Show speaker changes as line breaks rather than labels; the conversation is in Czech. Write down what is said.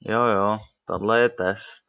Jo jo, tohle je test.